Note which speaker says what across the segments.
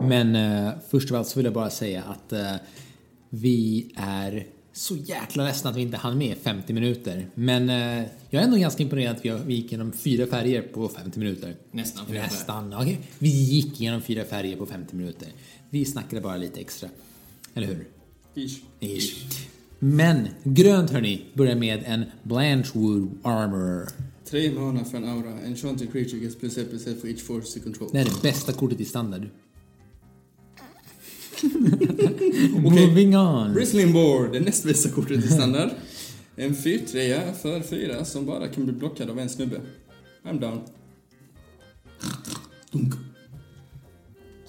Speaker 1: Men eh, först av allt så vill jag bara säga att eh, vi är så jäkla ledsna att vi inte hann med 50 minuter. Men eh, jag är ändå ganska imponerad att vi, har, vi gick igenom fyra färger på 50 minuter.
Speaker 2: Nästan fyra färger.
Speaker 1: Nästan. Ja, okej. Vi gick igenom fyra färger på 50 minuter. Vi snackade bara lite extra. Eller hur?
Speaker 2: Ish.
Speaker 1: Ish. Men grönt hörni börjar med en Blanchwood Armor.
Speaker 2: Tre mana för en aura. Enchanted creature gets plus 1 plus 1 for each force you control.
Speaker 1: Det här är det bästa kortet i standard.
Speaker 2: Okej.
Speaker 1: Moving on.
Speaker 2: Bristling Board, det näst bästa kortet i standard. En 4-3 för 4 som bara kan bli blockad av en snubbe. I'm down. Dunk.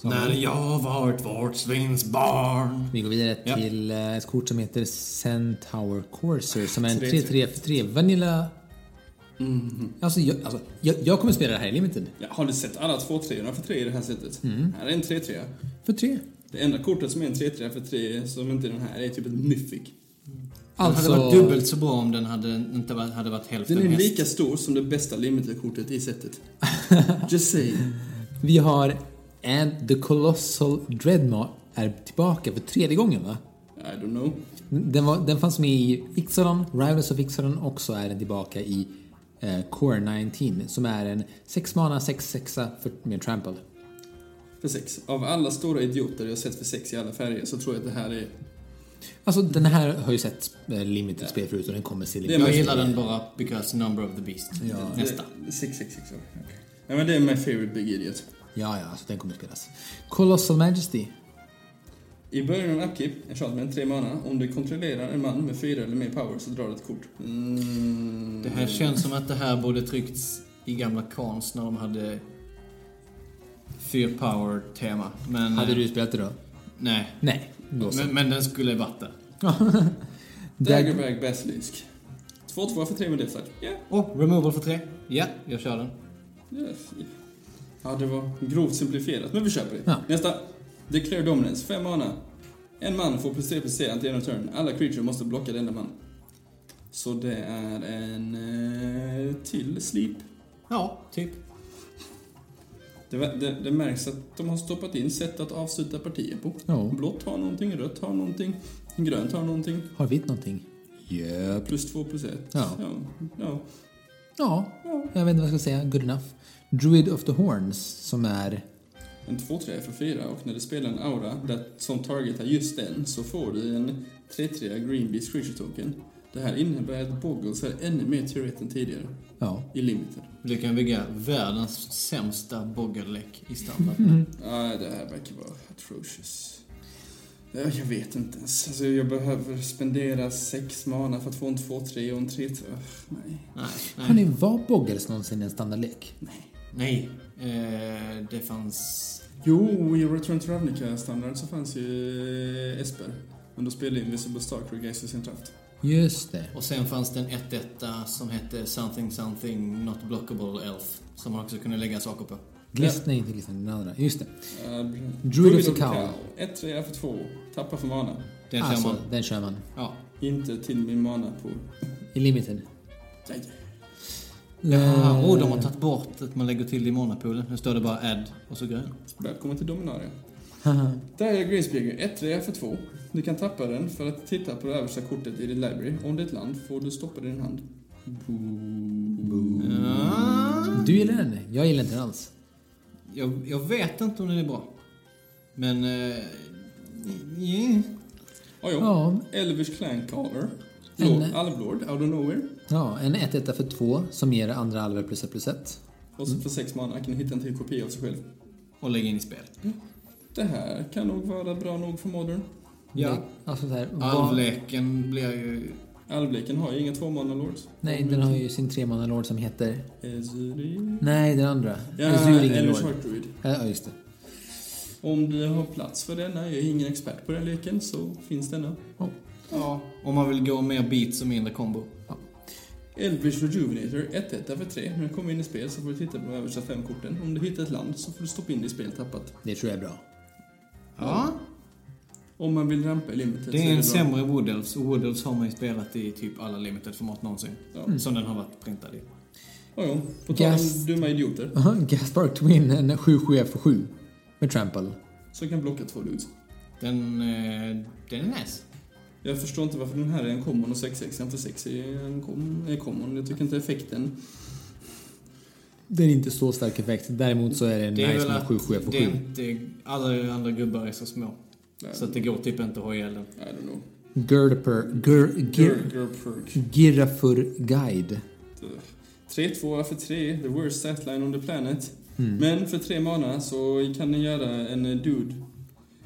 Speaker 2: När jag vart vårt svins barn.
Speaker 1: Vi går vidare
Speaker 2: Ja.
Speaker 1: till eh, ett kort som heter Centaur Courser som är en
Speaker 2: 3-3.
Speaker 1: 3-3 för 3 Vanilla...
Speaker 2: Mhm.
Speaker 1: Alltså, jag, alltså jag, jag kommer spela det här i Limited.
Speaker 2: Ja, har du sett alla 2-3 för 3 i det här sättet? Här är en 3-3.
Speaker 1: För 3.
Speaker 2: Det enda kortet som är en 3-3 för 3 som inte är den här är typ ett myfik.
Speaker 1: Alltså...
Speaker 3: Den hade varit dubbelt så bra om den hade inte varit, hade varit hälften
Speaker 2: Den är
Speaker 3: häst.
Speaker 2: lika stor som det bästa limited-kortet i sättet. Just saying.
Speaker 1: Vi har And the Colossal Dreadmaw är tillbaka för tredje gången va?
Speaker 2: I don't know.
Speaker 1: Den, var, den fanns med i Ixalan, Rivals of Ixalan och så är den tillbaka i eh, Core 19 som är en 6 mana 6 6 för med Trample.
Speaker 2: För sex. Av alla stora idioter jag sett för sex i alla färger så tror jag att det här är...
Speaker 1: Alltså den här har ju sett eh, Limited spel förut och den kommer se
Speaker 2: Det
Speaker 1: limited.
Speaker 2: är
Speaker 3: Jag gillar den bara because number of the beast. Nästa.
Speaker 2: Sex, sex, sex. okej. Nej men det är my favorite big idiot.
Speaker 1: Ja, ja, alltså den kommer spelas. Colossal Majesty.
Speaker 2: I början av upkeep, en shot med en tre mana. Om du kontrollerar en man med fyra eller mer power så drar du ett kort. Mm.
Speaker 3: Det här känns som att det här borde tryckts i gamla Khans när de hade Fear Power tema. Men, eh,
Speaker 1: Hade du spelat det då?
Speaker 3: Mm. Nej.
Speaker 1: Nej. Då så.
Speaker 3: Men, men den skulle varit där.
Speaker 1: Dag-
Speaker 2: Daggerbag Basilisk. 2-2 för tre med defside. Ja.
Speaker 3: Och Oh, removal för tre. Ja, jag kör den.
Speaker 2: Yes. Ja, det var grovt simplifierat, men vi köper det.
Speaker 1: Ja.
Speaker 2: Nästa. Declare Dominance, 5 mana. En man får plus 3 plus 3 antingen turn. Alla creature måste blocka denna man. Så det är en eh, till sleep.
Speaker 3: Ja, typ.
Speaker 2: Det, var- det, det märks att de har stoppat in sätt att avsluta partier på.
Speaker 1: Ja.
Speaker 2: Blått har någonting, rött har någonting, grönt har någonting.
Speaker 1: Har vi någonting? Yep.
Speaker 2: Plus 2 plus 1.
Speaker 1: Ja.
Speaker 2: Ja, ja.
Speaker 1: Ja, jag vet inte vad jag ska säga. Good enough. Druid of the Horns som är...
Speaker 2: En 2-3 för 4 och när du spelar en aura där, som targetar just den så får du en 3-3 Green Beast Creature Token. Det här innebär att Boggles är ännu mer teoret än tidigare
Speaker 1: Ja.
Speaker 2: i Limited.
Speaker 3: Du kan bygga världens sämsta boggarlek i standard.
Speaker 2: Nej, det här verkar vara atrocious. Ja, Jag vet inte ens. Alltså, jag behöver spendera 6 mana för att få en 2-3 och en 3-3. Ugh, Nej.
Speaker 3: Nej, nej.
Speaker 1: Hörni, var Boggles någonsin en standardlek?
Speaker 3: nej. Eh, det fanns...
Speaker 2: Jo, i Return to Ravnica standard så fanns ju eh, Esper. Men då spelade Invisible Starcrew Geist sin kraft.
Speaker 1: Just det.
Speaker 3: Och sen fanns det en 1-1 som hette Something Something Not Blockable Elf. Som man också kunde lägga saker på.
Speaker 1: Glist, nej, inte Glisten, den andra. Just det.
Speaker 2: Uh,
Speaker 1: Druid of the Cow.
Speaker 2: 1-3 för 2. Tappa för mana.
Speaker 3: Den kör
Speaker 1: Alltså,
Speaker 3: man.
Speaker 1: den kör man.
Speaker 3: Ja.
Speaker 2: Inte till min mana på...
Speaker 1: I Eh, limited.
Speaker 2: Nej.
Speaker 3: Ja, och de har tagit bort att man lägger till det i monopoolen. Nu står det bara add och så grön.
Speaker 2: Välkommen till Dominaria. Där är Greenspeaker 1-3 för 2. Du kan tappa den för att titta på det översta kortet i din library. Om det är ett land får du stoppa det i din hand.
Speaker 1: Du gillar den? Jag gillar inte den alls.
Speaker 3: Jag, jag vet inte om den är bra. Men... Eh, yeah.
Speaker 2: Ah, ja.
Speaker 1: Ja,
Speaker 2: Elvish Clan Caller.
Speaker 1: En-
Speaker 2: Lord- Alvlord, out of nowhere.
Speaker 1: ja en 1 för 2 som ger andra alver plus 1 plus 1.
Speaker 2: Och så för 6 mana kan du hitta en till kopia av sig själv.
Speaker 3: Och lägga in i spel.
Speaker 2: Det här kan nog vara bra nog för Modern.
Speaker 3: Ja.
Speaker 1: Alltså så här, vad,
Speaker 3: Alvleken blir ju...
Speaker 2: Alvleken har ju inga 2 mana lords.
Speaker 1: Nej, den har ju sin tremannalord som heter...
Speaker 2: Ezuri...
Speaker 1: Nej, den andra.
Speaker 2: Ja,
Speaker 1: Azuringen
Speaker 2: Elvish
Speaker 1: Lord.
Speaker 2: Heart Druid.
Speaker 1: Ja, just det.
Speaker 2: Om du har plats för denna, jag är ingen expert på den leken, så finns denna.
Speaker 3: Ja. Om man vill gå mer beats och mindre combo.
Speaker 2: Elvish Rejuvenator 1-1 för 3. När du kommer in i spel så får du titta på de översta fem korten. Om du hittar ett land så får du stoppa in det i spel tappat.
Speaker 1: Det tror jag är bra.
Speaker 3: Ja.
Speaker 2: Om man vill rampa i limitet
Speaker 3: Det
Speaker 2: så
Speaker 3: är en
Speaker 2: bra.
Speaker 3: sämre
Speaker 1: Mm.
Speaker 3: Woodelves och Woodelves har man ju spelat i typ alla limited format någonsin.
Speaker 2: Ja.
Speaker 3: Som den har varit printad i.
Speaker 2: Ja, ja. På tal om
Speaker 1: Gas.
Speaker 2: dumma idioter
Speaker 1: Aha, Gaspark tog in en 7-7 för 7 med trample.
Speaker 2: som kan blocka två dudes.
Speaker 3: Den, eh, den är nice.
Speaker 2: Jag förstår inte varför den här är en common och 6-6 är inte 6 är en com- är common. Jag tycker inte effekten...
Speaker 1: Det är inte så stark effekt. Däremot så är det,
Speaker 3: Det är
Speaker 1: nice
Speaker 3: väl
Speaker 1: med
Speaker 3: att
Speaker 1: 7-7 för
Speaker 3: det är
Speaker 1: 7.
Speaker 3: inte, alla andra gubbar är så små.
Speaker 2: Nej,
Speaker 3: Så att det går typ inte att ha ihjäl den.
Speaker 2: I don't know.
Speaker 1: Girper... Gir, gir,
Speaker 2: Girl, girl perk.
Speaker 1: girafur guide.
Speaker 2: 3-2 för 3, the worst satline on the planet.
Speaker 1: Mm.
Speaker 2: Men för tre mana så kan ni göra en eh, dude...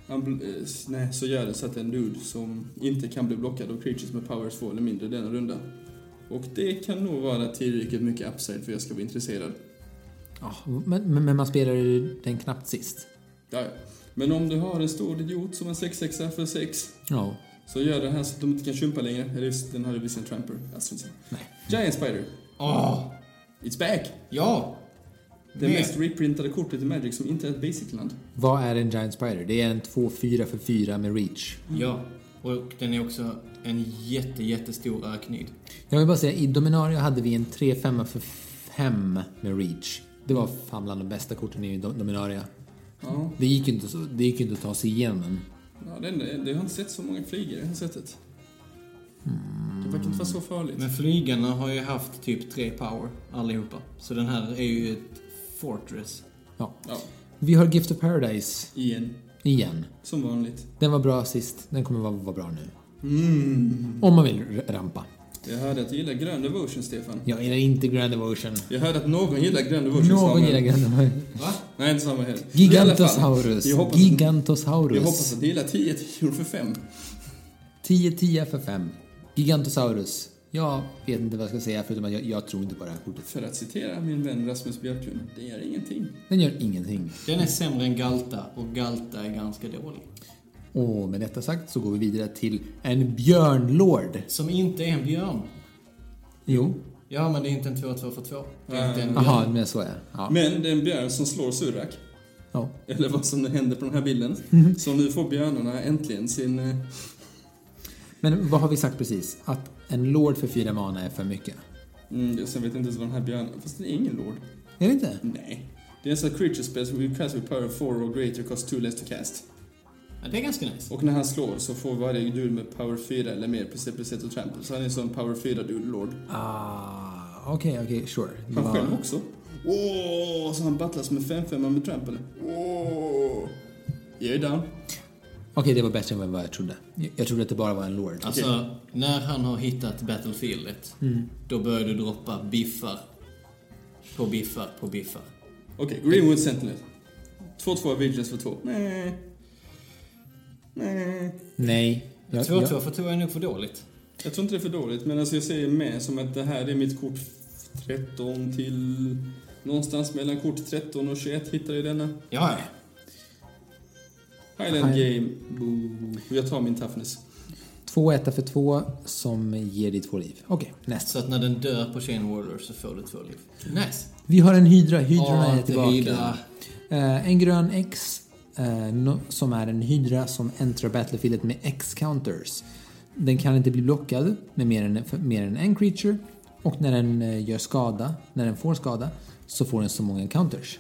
Speaker 2: ambul- eh, s- nej, så gör det så att en dude som inte kan bli blockad av creatures med powers 2 eller mindre denna runda. Och det kan nog vara tillräckligt mycket upside för jag ska bli intresserad.
Speaker 1: Ja, men, men, men man spelar ju den knappt sist.
Speaker 2: Ja, ja. Men om du har en stor idiot som en 6-6 är för 6
Speaker 1: Ja.
Speaker 2: så gör det här så att de inte kan kämpa längre. Eller just, den hade visst en tramper. Alltså, inte.
Speaker 1: Nej.
Speaker 2: Giant Spider,
Speaker 3: Åh!
Speaker 2: it's back!
Speaker 3: ja!
Speaker 2: Det
Speaker 3: Med.
Speaker 2: mest reprintade kortet i Magic som inte är ett basic-land.
Speaker 1: Vad är en Giant Spider? Det är en 2-4 för 4 med reach.
Speaker 3: Ja. Och den är också en jätte, jättestor örknyd.
Speaker 1: Jag vill bara säga, i Dominaria hade vi en 3-5 för 5 med reach. Det var fan bland de bästa korten i Do- Dominaria.
Speaker 2: Ja,
Speaker 1: Det gick ju inte, så, det gick ju inte att ta sig igenom den.
Speaker 2: ja det, enda, det har inte sett så många flygor i det här sättet. Det verkar inte vara så farligt.
Speaker 3: Men flygarna har ju haft typ tre power allihopa. Så den här är ju ett fortress.
Speaker 1: Ja.
Speaker 2: Ja,
Speaker 1: Vi har Gift of Paradise
Speaker 2: igen.
Speaker 1: igen.
Speaker 2: Som vanligt.
Speaker 1: Den var bra sist, den kommer vara, vara bra nu.
Speaker 2: Mm.
Speaker 1: Om man vill r- rampa.
Speaker 2: Jag hörde att du gillar grön devotion, Stefan.
Speaker 1: Jag gillar inte Grand Evolution.
Speaker 2: Jag hörde att någon gillar grön devotion.
Speaker 1: Någon
Speaker 2: Samuel.
Speaker 1: gillar Grand Evolution.
Speaker 3: Va?
Speaker 2: Nej, inte samma heller. I alla fall,
Speaker 1: Gigantosaurus.
Speaker 2: Jag hoppas att-
Speaker 1: Gigantosaurus.
Speaker 2: Jag hoppas att ni gillar 10 10 för 5.
Speaker 1: 10-10 för 5. Gigantosaurus. Jag vet inte vad jag ska säga förutom att jag, jag tror inte på det här kortet.
Speaker 2: För att citera min vän Rasmus Björklund, det gör ingenting.
Speaker 1: Den gör ingenting.
Speaker 3: Den är sämre än Galta och Galta är ganska dålig.
Speaker 1: Och med detta sagt så går vi vidare till en björnlord.
Speaker 3: Som inte är en björn.
Speaker 1: Jo.
Speaker 3: Ja, men det är inte en 2-2 för 2. Det är inte en björn.
Speaker 1: Jaha, men så är det. Ja.
Speaker 2: Men det är en björn som slår Surak,
Speaker 1: ja.
Speaker 2: eller vad som nu händer på den här bilden.
Speaker 1: Mhm.
Speaker 2: Så nu får björnarna äntligen sin... eh,
Speaker 1: Men vad har vi sagt precis? Att en lord för fyra mana är för mycket?
Speaker 2: Mm, jag- sen vet jag inte ens vad den här björnen... Fast den är ingen lord.
Speaker 1: Är det inte?
Speaker 2: Nej. Det är en sån här creature spell som you cast with power of 4 or greater cost 2 less to cast.
Speaker 3: Ja, det är ganska nice.
Speaker 2: Och när han slår så får varje dude med power 4 eller mer precis precis och trample. Så han är en sån power 4 dude lord.
Speaker 1: Ah, okej, okej, sure. Det
Speaker 2: Han
Speaker 1: var-
Speaker 2: själv också. Åh, så han battlas med 5-5 med trample. Åh! Jag är down.
Speaker 1: Okej, det var bättre än vad jag trodde. Jag, jag trodde att det bara var en lord.
Speaker 3: Alltså, när han har hittat Battlefieldet,
Speaker 1: Mm.
Speaker 3: då börjar du droppa biffar. På biffar, på biffar.
Speaker 2: Okej, Greenwood Sentinel. 2-2 Vigilance för 2. Nej. Nej.
Speaker 1: Nej. Jag,
Speaker 3: 2-2
Speaker 1: jag,
Speaker 3: för 2 är nog för dåligt.
Speaker 2: Jag tror inte det är för dåligt, men alltså jag ser med som att det här är mitt kort 13 till... Någonstans mellan kort 13 och 21 hittar jag denna.
Speaker 3: Ja, ja.
Speaker 2: Highland
Speaker 1: Hi-
Speaker 2: Game. Boo. Jag tar min toughness.
Speaker 1: två äta för två som ger dig två liv. Okej, nästa.
Speaker 3: Så att när den dör på Chain Warrior så får du två liv. Nice!
Speaker 1: Vi har en hydra. Hydrorna
Speaker 3: Ja,
Speaker 1: är tillbaka.
Speaker 3: hydra.
Speaker 1: Eh, en grön X eh, no, som är en hydra som entrar battlefieldet med X-counters. Den kan inte bli blockad med mer än, för, mer än en creature och när den eh, gör skada, när den får skada, så får den så många counters.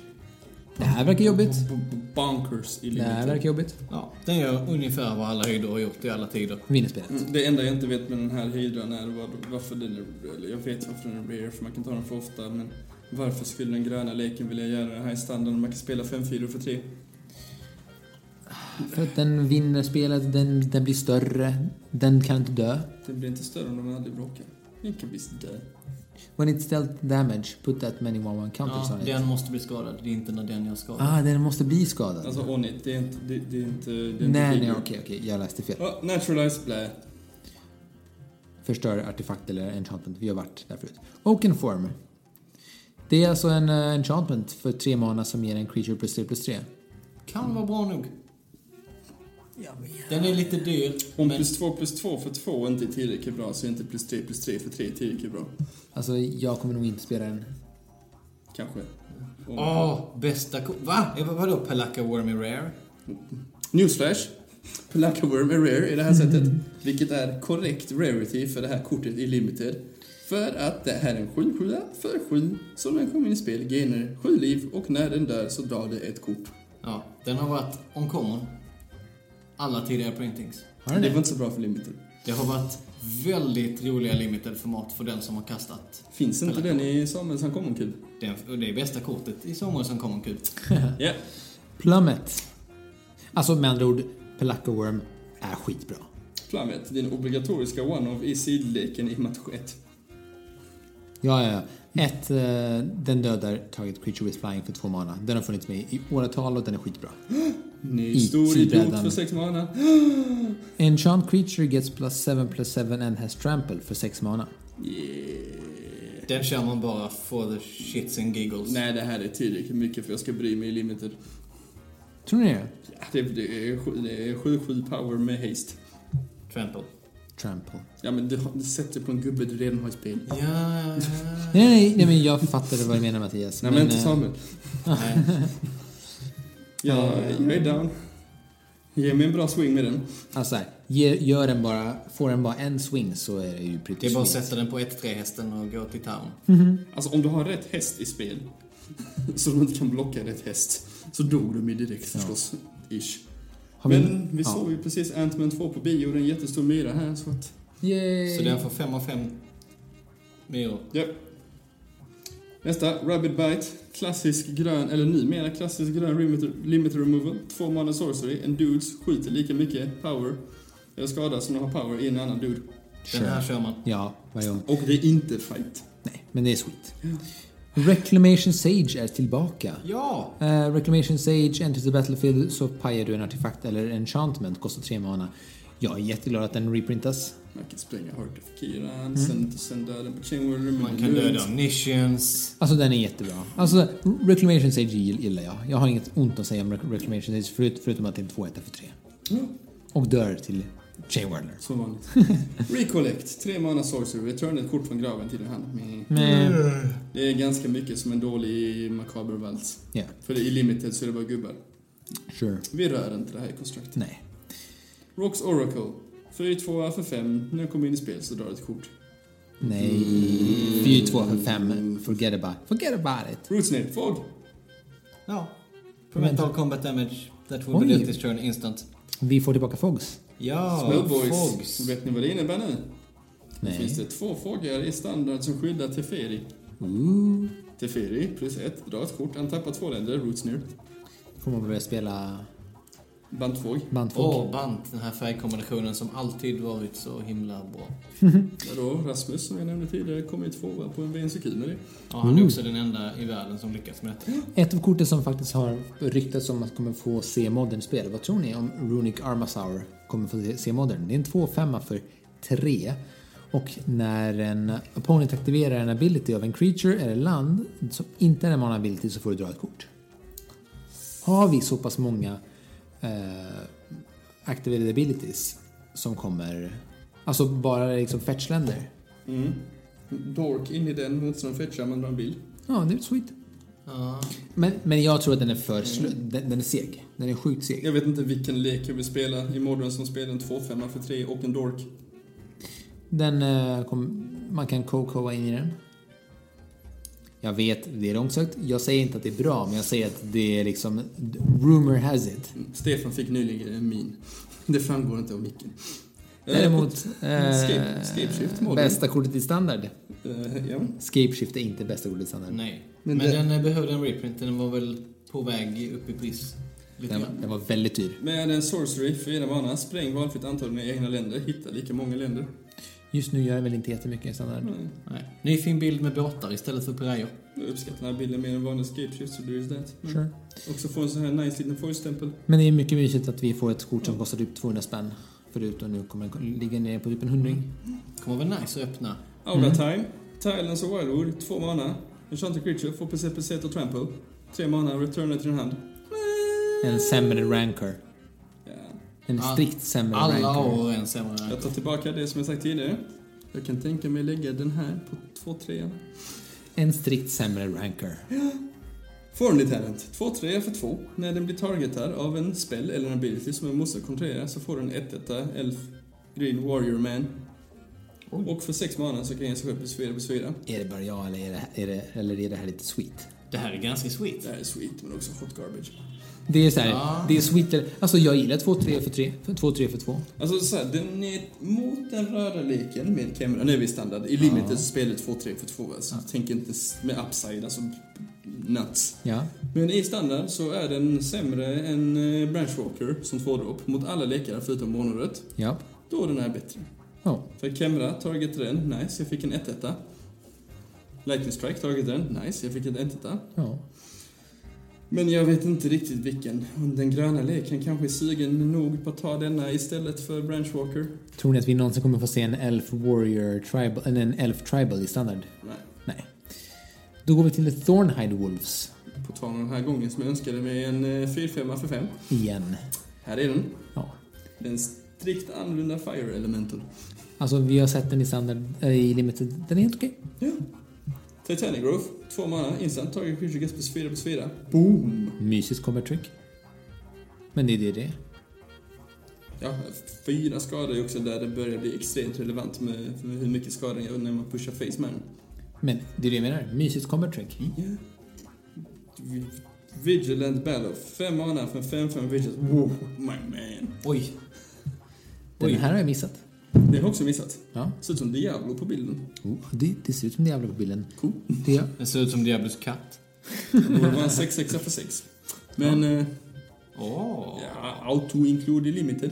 Speaker 1: Det här verkar jobbigt.
Speaker 2: B- b- Bonkers i
Speaker 1: Det här
Speaker 2: limited.
Speaker 1: verkar jobbigt.
Speaker 3: Ja, den gör ungefär vad alla höjder har gjort i alla tider.
Speaker 1: Vinner spelet.
Speaker 2: Mm, Det enda jag inte vet med den här hydran är vad- varför den är... Eller jag vet varför den är rare, för man kan ta den för ofta, men... Varför skulle den gröna leken vilja göra det här i standard om man kan spela 5-4 för 3?
Speaker 1: För att den vinner spelet, den, den blir större, den kan inte dö.
Speaker 2: Den blir inte större om de aldrig bråkar. Den kan visst dö.
Speaker 1: When it's dealt damage, put that many one one counters
Speaker 3: Ja,
Speaker 1: on it.
Speaker 3: den måste bli skadad. Det är inte när den gör skada.
Speaker 1: Ah, den måste bli skadad.
Speaker 2: Alltså on it, det är inte... Det, det är inte det är inte
Speaker 1: nej, nej,
Speaker 2: bigger.
Speaker 1: okej, okej, jag läste fel.
Speaker 2: Ja, naturalize, blä.
Speaker 1: förstör artefakt eller enchantment. Vi har varit där förut. Oaken form. Det är alltså en eh, enchantment för tre mana som ger en creature plus 3 plus 3.
Speaker 3: Kan vara bra nog. Den är lite dyr,
Speaker 2: Om
Speaker 3: men
Speaker 2: plus 2 plus 2 för 2 inte är tillräckligt bra så är inte plus 3 plus 3 för 3 tillräckligt bra.
Speaker 1: Alltså, jag kommer nog inte spela den.
Speaker 2: Kanske. Om-
Speaker 3: Åh, bästa ko- Va? Eh, vad- Vadå Palaka Wormy Rare?
Speaker 2: Newsflash.
Speaker 1: Mm.
Speaker 2: Palaka Worm är rare i det här sättet. Vilket är korrekt rarity för det här kortet i limited. För att det här är en 7 7 för 7 som den kommer in i spel, gainer 7 liv och när den dör så drar det ett kort.
Speaker 3: Ja, den har varit oncommon alla tidigare printings.
Speaker 1: Har den
Speaker 2: det var
Speaker 1: det?
Speaker 2: inte så bra för limiter.
Speaker 3: Det har varit väldigt roliga limited format för den som har kastat.
Speaker 2: Finns inte
Speaker 3: Eller-
Speaker 2: den i Samuelsson common kub?
Speaker 3: Den, och det är bästa kortet i sommar som kommer kul.
Speaker 2: Ja.
Speaker 1: Plummet. Alltså med andra ord, Pelacco Worm är skitbra.
Speaker 2: Plummet, din obligatoriska one-off i sidleken i match 1.
Speaker 1: Ja, ja, ja. Ett, eh, den dödar Target Creature with Flying för två mana. Den har funnits med i åratal och den är skitbra.
Speaker 2: Ny
Speaker 1: I
Speaker 2: stor idiot
Speaker 1: sidbrädan.
Speaker 2: för 6 mana.
Speaker 1: Enchant Creature gets plus 7 plus 7 and has trample för sex mana.
Speaker 2: Yeah.
Speaker 3: Den kör man bara for the shits and giggles.
Speaker 2: Nej, det här är tillräckligt mycket för jag ska bry mig i limiter.
Speaker 1: Tror ni det?
Speaker 2: Ja, det, det är sju- det är 7-7 power med haste.
Speaker 3: Trample.
Speaker 1: Trample.
Speaker 2: Ja, men du, har- du sätter på en gubbe du redan har i spel.
Speaker 3: Ja, ja, ja.
Speaker 1: Nej, nej, nej, men jag fattade vad du menar Mattias.
Speaker 2: Nej, men inte
Speaker 1: eh,
Speaker 2: Samuel.
Speaker 3: Nej.
Speaker 2: Ja, jag är down. Ge mig en bra swing med den.
Speaker 1: Alltså här, ge, gör den bara, får den bara en swing så är det ju pretty
Speaker 3: Det är bara att
Speaker 1: sweet.
Speaker 3: sätta den på 1-3 hästen och gå till town.
Speaker 2: Alltså om du har rätt häst i spel, så du inte kan blocka rätt häst, så dog de ju direkt förstås. Ish.
Speaker 1: Har vi-
Speaker 2: Men vi
Speaker 1: ja.
Speaker 2: såg ju precis Ant-Man 2 på bio, det är en jättestor myra här så att...
Speaker 1: Yay!
Speaker 3: Så den får 5 av 5 myror.
Speaker 2: Ja. Nästa, Rabbit Bite. Klassisk grön, eller numera klassisk grön limiter, limiter removal. Två mana sorcery, en dudes skjuter lika mycket power, eller skada som de har power i en annan dude.
Speaker 3: Den här
Speaker 1: Sure.
Speaker 3: kör man.
Speaker 1: Ja, varje gång.
Speaker 2: Och det är inte fight.
Speaker 1: Nej, men det är sweet. Reclamation Sage är tillbaka.
Speaker 3: Ja!
Speaker 1: Eh, Reclamation Sage enters the battlefield så pajar du en artefakt eller enchantment, kostar tre mana. Jag är jätteglad att den reprintas.
Speaker 2: Man kan spränga Heart of Kiran, sen, sen döda på Chainwall Removal.
Speaker 3: Mm. Man kan döda omniscience.
Speaker 1: Alltså den är jättebra. Alltså Reclamation Sage gill- gillar jag. Jag har inget ont att säga om Rec- Reclamation Sage förut, förutom att det är en 2 för tre.
Speaker 2: Ja,
Speaker 3: Mm.
Speaker 1: Och dör till Jay Warner.
Speaker 2: som vanligt. Recollect. Tre mana sorcery, return ett kort från graven till din hand. Meh.
Speaker 1: Men,
Speaker 2: Det är ganska mycket som en dålig makaber vals.
Speaker 1: ja,
Speaker 2: För i limited så är det bara gubbar.
Speaker 1: sure.
Speaker 2: Vi rör inte det här i konstrukt.
Speaker 1: Nej.
Speaker 2: Rocks Oracle. 4-2 för 5. När du kommer in i spel så drar du ett kort.
Speaker 1: Nej. 4 2 för 5. Forget about, forget about it.
Speaker 2: Rootsnail. Fog.
Speaker 3: Ja. Prevental combat damage. That will
Speaker 1: Oj.
Speaker 3: be dealt this turn instant.
Speaker 1: Vi får tillbaka Fogs.
Speaker 3: Ja,
Speaker 2: Smellboys.
Speaker 3: fogs.
Speaker 2: Vet ni vad det innebär nu? Nu
Speaker 1: Nej.
Speaker 2: finns det två fogar i standard som skyddar Teferi.
Speaker 1: Ooh.
Speaker 2: Teferi plus 1. Dra ett kort. Han tappar två länder. Rootsnail.
Speaker 1: Får man börja spela
Speaker 2: Bantfog.
Speaker 1: bandfog?
Speaker 3: Åh, bant. Den här färgkombinationen som alltid varit så himla bra.
Speaker 2: Där då Rasmus, som jag nämnde tidigare, kommer ju tvåa på en VNCQ med det.
Speaker 3: Ja, han är också den enda i världen som lyckats med detta.
Speaker 1: Ett av korten som faktiskt har ryktats om att kommer få se modern spel. Vad tror ni om Runic Armasaur kommer få se- se modern? Det är en 2-5 för 3. Och när en opponent aktiverar en ability av en creature eller land som inte är en mana ability så får du dra ett kort. Har vi så pass många eh, activated abilities som kommer, alltså bara liksom fetchländer.
Speaker 2: Mm. Dork in i den, motståndaren fetchar men man vill.
Speaker 1: Ja, det är sweet.
Speaker 3: Ja.
Speaker 1: Men, men jag tror att den är för slö, den, den är seg. Den är sjukt seg.
Speaker 2: Jag vet inte vilken lek jag vill spela imorgon som spelar en 2-5 för 3 och en Dork.
Speaker 1: Den eh, kom, man kan cocoa in i den. Jag vet, det är långsökt. Jag säger inte att det är bra, men jag säger att det är liksom... Rumor has it.
Speaker 2: Mm. Stefan fick nyligen en min. Det framgår inte av micken.
Speaker 3: Eh,
Speaker 1: Däremot...
Speaker 2: Scape-
Speaker 1: eh,
Speaker 2: scapeshift modern.
Speaker 1: bästa kortet i standard.
Speaker 2: Eh, ja.
Speaker 1: Scapeshift är inte bästa kortet i standard.
Speaker 3: Nej.
Speaker 2: Men
Speaker 3: Men,
Speaker 2: det-
Speaker 3: den eh, behövde en reprint. Den var väl på väg upp i pris. Lite
Speaker 1: Den, var-
Speaker 3: grann.
Speaker 1: den var väldigt dyr.
Speaker 2: Med en sorcery, fyra mana, spräng valfritt antal med egna länder, hitta lika många länder.
Speaker 1: Just nu gör den väl inte jättemycket i standard.
Speaker 2: Mm.
Speaker 3: Nej. Ny fin bild med båtar istället för pirayor.
Speaker 2: Jag uppskattar den här bilden mer än vanlig scapeshift, så det är det. Mm.
Speaker 1: Sure.
Speaker 2: Också få en sån här nice liten force-stämpel.
Speaker 1: Men det är mycket mysigt att vi får ett kort som kostar typ 200 spänn förut och nu kommer den ligga nere på typ en hundring.
Speaker 3: Kommer vara nice att öppna.
Speaker 2: Aura Time, Thailands och Wildwood, två mana. Enchanted Creature, får PC, PC och Trample. Tre mana, returna till din hand.
Speaker 1: En sämre ranker.
Speaker 2: Ja.
Speaker 1: En
Speaker 3: All-
Speaker 1: strikt sämre
Speaker 3: Alla
Speaker 1: ranker.
Speaker 3: år är en sämre
Speaker 2: Jag
Speaker 3: rank.
Speaker 2: tar tillbaka det som jag sagt tidigare. Jag kan tänka mig lägga den här på 2-3.
Speaker 1: En strikt sämre ranker.
Speaker 2: Formly Talent. 2-3 för 2. När den blir targetad av en spell eller en ability som en motståndare kontrollerar så får den 1 1 Elf Green Warrior Man.
Speaker 1: Oj.
Speaker 2: Och för sex månader så kan jag ge sig själv plus fyra plus fyra.
Speaker 1: Är det bara jag eller är det, är det, eller är det här lite sweet?
Speaker 3: Det här är ganska
Speaker 2: Det
Speaker 3: sweet.
Speaker 2: här är sweet men också hot garbage.
Speaker 1: Det är så här,
Speaker 3: Ah.
Speaker 1: det är sweet. Alltså jag gillar 2-3 för 3, 2-3 för 2.
Speaker 2: Alltså så här, den är mot den röda leken med kamera. Nu är vi standard. I limited så spelar det 2-3 för 2. Alltså, Tänk inte s- med upside, alltså nuts.
Speaker 1: Ja.
Speaker 2: Men i standard så är den sämre än eh, Branch Walker som tvådropp mot alla lekar förutom månadrött.
Speaker 1: Ja.
Speaker 2: Då den är bättre.
Speaker 1: Ja.
Speaker 2: För Kemra, target den, nice, jag fick en 1-1. Lightning Strike, target den, nice, jag fick en 1-1.
Speaker 1: Ja.
Speaker 2: Men jag vet inte riktigt vilken. Den gröna leken kanske är sugen nog på att ta denna istället för Branch Walker.
Speaker 1: Tror ni att vi någonsin kommer få se en Elf Warrior Tribal, eller en Elf Tribal i standard?
Speaker 2: Nej.
Speaker 1: Nej. Då går vi till Thornhide Wolves
Speaker 2: På tal om den här gången som jag önskade mig en eh, 4-5 för 5.
Speaker 1: igen.
Speaker 2: Här är den.
Speaker 1: Ja.
Speaker 2: Den strikt annorlunda Fire Elemental.
Speaker 1: Alltså vi har sett den i standard, eh, i limited. Den är helt okej.
Speaker 2: Ja. Titanic Growth, två mana, instant, target creature gets plus 4 plus 4. Boom!
Speaker 1: Mysigt combat trick. Men det är det det är.
Speaker 2: Ja, fyra skador är också där det börjar bli extremt relevant med, med hur mycket skada jag gör när man pushar face man.
Speaker 1: Men det är det jag menar. Mysigt combat trick.
Speaker 2: Ja. V- Vigilant Battle, fem mana för 5-5 vigilance. Wow, my man.
Speaker 3: Oj.
Speaker 1: Den
Speaker 3: Oj.
Speaker 1: här har jag missat.
Speaker 2: Det har jag också missat.
Speaker 1: Ja.
Speaker 2: Ser ut som Diablo på bilden.
Speaker 1: Oh, det, det ser ut som det jävla på bilden.
Speaker 2: Cool.
Speaker 1: Det är
Speaker 3: Den ser ut som Diablos katt.
Speaker 2: Det var en 6-6 för 6. Men, eh,
Speaker 3: Åh.
Speaker 2: ja, auto-include i limited.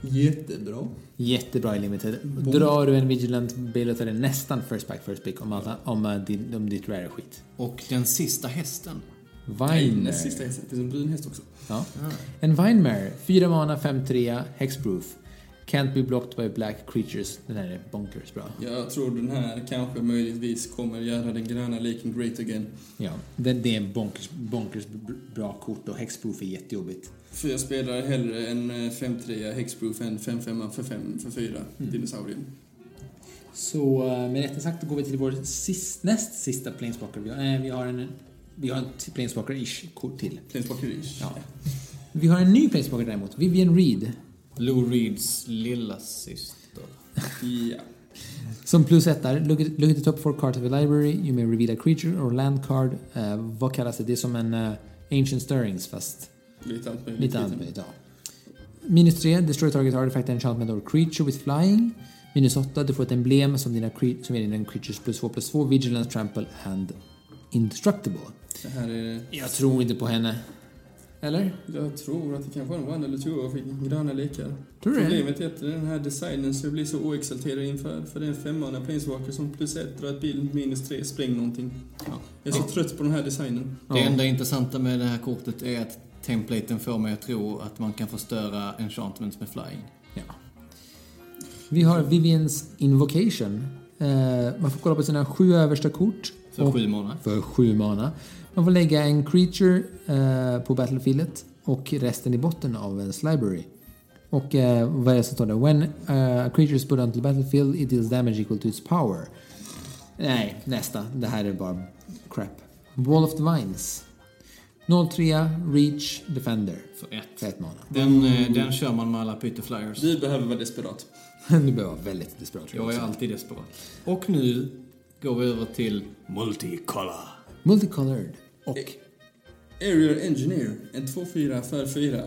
Speaker 2: Jättebra.
Speaker 1: jättebra i limited. Drar du en vigilant billet är det nästan first back first pick om, alla, om, eh, din, om ditt rare är skit.
Speaker 3: Och den sista hästen.
Speaker 2: Nej, näst sista Ah.
Speaker 1: Viner.
Speaker 2: hästen. Det finns en brun häst också.
Speaker 1: Ja. En Vinemare. 4 mana, 5-3, hexproof. Can't be blocked by black creatures. Den här är bonkers bra.
Speaker 2: Jag tror den här kanske möjligtvis kommer göra den gröna leken great again.
Speaker 1: Ja, det, det är en bonkers, bonkers br- bra kort och hexproof är jättejobbigt.
Speaker 2: För jag spelar hellre en eh, 5-3 Hexproof än 5-5 för 5 för 4 dinosaurien.
Speaker 1: Så eh, med detta sagt då går vi till vår sist, näst sista planeswalker. Vi har, nej, vi har en, vi har en t- planeswalker-ish kort till.
Speaker 2: Planeswalker-ish.
Speaker 1: Ja. Vi har en ny planeswalker däremot, Vivian Reed.
Speaker 3: Lou Reeds lilla syster.
Speaker 2: ja.
Speaker 1: Som plus ettar, look, at- look at the top four cards of the library, you may reveal a creature or land card. Eh, vad kallas det? Det är som en eh, Ancient Stirrings fast
Speaker 2: Lite allt möjligt.
Speaker 1: lite annorlunda. Ja. Minus 3, destroy target artifact enchantment or creature with flying. Minus 8, du får ett emblem som, dina, cre- som ger dina creatures plus 2 plus 2, vigilance, trample and indestructible.
Speaker 2: Det här är...
Speaker 1: Jag tror inte på henne. Eller?
Speaker 2: Jag tror att det kanske var en one eller två år fick gröna lekar.
Speaker 1: Tror du det?
Speaker 2: Problemet är att den här designen så jag blir så oexalterad inför. För det är en femmanna Planeswalker som plus ett drar ett bild, minus tre, spräng någonting.
Speaker 3: Ja.
Speaker 2: Jag är så trött på den här designen.
Speaker 1: Ja.
Speaker 3: Det enda intressanta med det här kortet är att templaten får mig att tro att man kan förstöra enchantments med flying.
Speaker 1: Ja. Vi har Vivians Invocation. Eh, man får kolla på sina sju översta kort.
Speaker 3: För
Speaker 1: och-
Speaker 3: sju månader.
Speaker 1: För sju mana. Man får lägga en creature eh, på battlefieldet och resten i botten av ens library. Och eh, vad är det som står där? When eh, a creature is put onto the battlefield it deals damage equal to its power. Nej, nästa. Det här är bara crap. Wall of Divines. 03 Reach Defender.
Speaker 3: För ett.
Speaker 1: För ett mana.
Speaker 3: Den, eh, den kör man med alla pytteflyers.
Speaker 2: Vi behöver vara desperat.
Speaker 1: du behöver vara väldigt desperat.
Speaker 3: Jag är alltid desperat. Och nu går vi över till Multicolor.
Speaker 1: Multicolored. Och
Speaker 2: Area E- Engineer, en 2-4 för 4.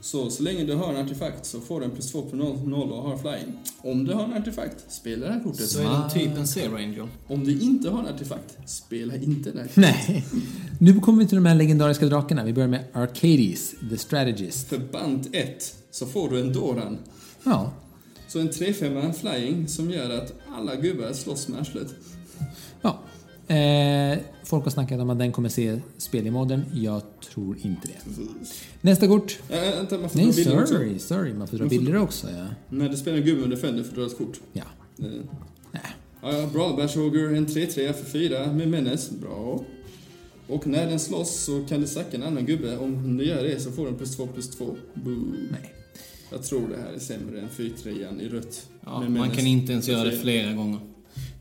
Speaker 2: Så, så länge du har en artefakt så får den plus 2 på 0 0 och har flying. Om du har en artefakt, spela det här kortet.
Speaker 3: Så är den typ en Zero Angel.
Speaker 2: Om du inte har en artefakt, spela inte den här.
Speaker 1: Nej. Nu kommer vi till de här legendariska drakarna. Vi börjar med Arcades, The Strategist.
Speaker 2: För band 1 så får du en Doran.
Speaker 1: Ja.
Speaker 2: Så en 3-5 flying som gör att alla gubbar slåss med arslet.
Speaker 1: ja. Eh, folk har snackat om att den kommer se spel i modern. Jag tror inte det. Nästa kort.
Speaker 2: Äh, vänta, man får
Speaker 1: Nej,
Speaker 2: dra bilder också.
Speaker 1: sorry, sorry. Man får dra
Speaker 2: Man får-
Speaker 1: bilder också, ja.
Speaker 2: När du spelar en gubbe under Fender får du dra ett kort.
Speaker 1: Ja.
Speaker 2: Eh. Ja, ja, bra Bashogger, en 3-3 för 4 med Menace. Bra. Och när den slåss så kan du sacka en annan gubbe. Om du gör det så får den plus 2 plus 2. Boo.
Speaker 1: Nej.
Speaker 2: Jag tror det här är sämre än 4-3 i rött.
Speaker 3: Ja,
Speaker 2: med
Speaker 3: man
Speaker 2: Menace.
Speaker 3: kan inte ens göra det
Speaker 2: Tre.
Speaker 3: flera gånger.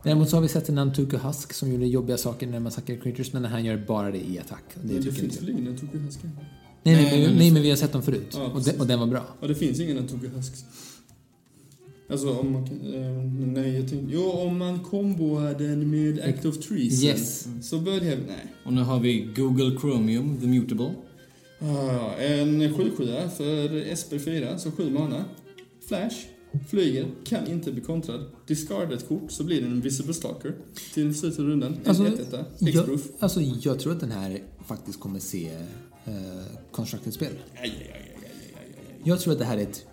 Speaker 1: Däremot så har vi sett en Nantuko Husk som gjorde jobbiga saker när man sackade creatures, men den här gör bara det i attack. Och Det
Speaker 2: Men det
Speaker 1: tycker jag
Speaker 2: finns
Speaker 1: inte.
Speaker 2: väl ingen Antoku Husk?
Speaker 1: Nej,
Speaker 3: Nej,
Speaker 1: nej, men,
Speaker 3: men-
Speaker 1: nej, men vi har sett dem förut.
Speaker 2: Ja,
Speaker 1: och, de,
Speaker 2: precis.
Speaker 1: och den var bra.
Speaker 2: Ja, det finns ingen Antoku Husk. Alltså om man kan... Eh, Jo, om man komboar den med Act of Treason
Speaker 1: Yes.
Speaker 2: så börjar vi... Nej.
Speaker 3: Och nu har vi Google Chromium, The Mutable.
Speaker 2: Ah, en 7 för SP4, så 7 mana. Flash, flyger, kan inte bli kontrad. Discard ett kort så blir det en Visible Stalker. Till slutet av rundan, en
Speaker 1: Alltså,
Speaker 2: 1 1
Speaker 1: Jag,
Speaker 2: X-proof.
Speaker 1: alltså, jag tror att den här faktiskt kommer se eh, Constructed-spel.
Speaker 2: Aj, aj, aj, aj, aj, aj, aj.
Speaker 1: Jag tror att det här är ett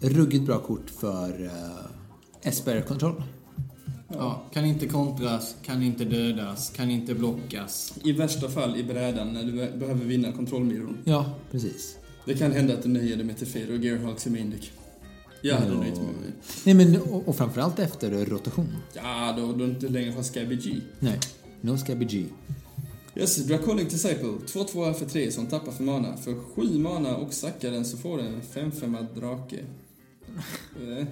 Speaker 1: ruggigt bra kort för eh, SPR-kontroll.
Speaker 3: Ja, kan inte kontras, kan inte dödas, kan inte blockas.
Speaker 2: I värsta fall i brädan när du be- behöver vinna kontrollmiron.
Speaker 1: Ja, precis.
Speaker 2: Det kan hända att du nöjer dig med Tefero och Gearhawk som indic. Jag hade
Speaker 1: Ja.
Speaker 2: nöjt mig med
Speaker 1: Nej, men och, och framförallt efter rotation.
Speaker 2: Ja, då du inte längre har Skyby G.
Speaker 1: Nej, no Scabby G.
Speaker 2: Yes, Draconic Disciple. 2-2 för 3 som tappar för mana. För 7 mana och sackar den så får den en 5-5 drake. Eh,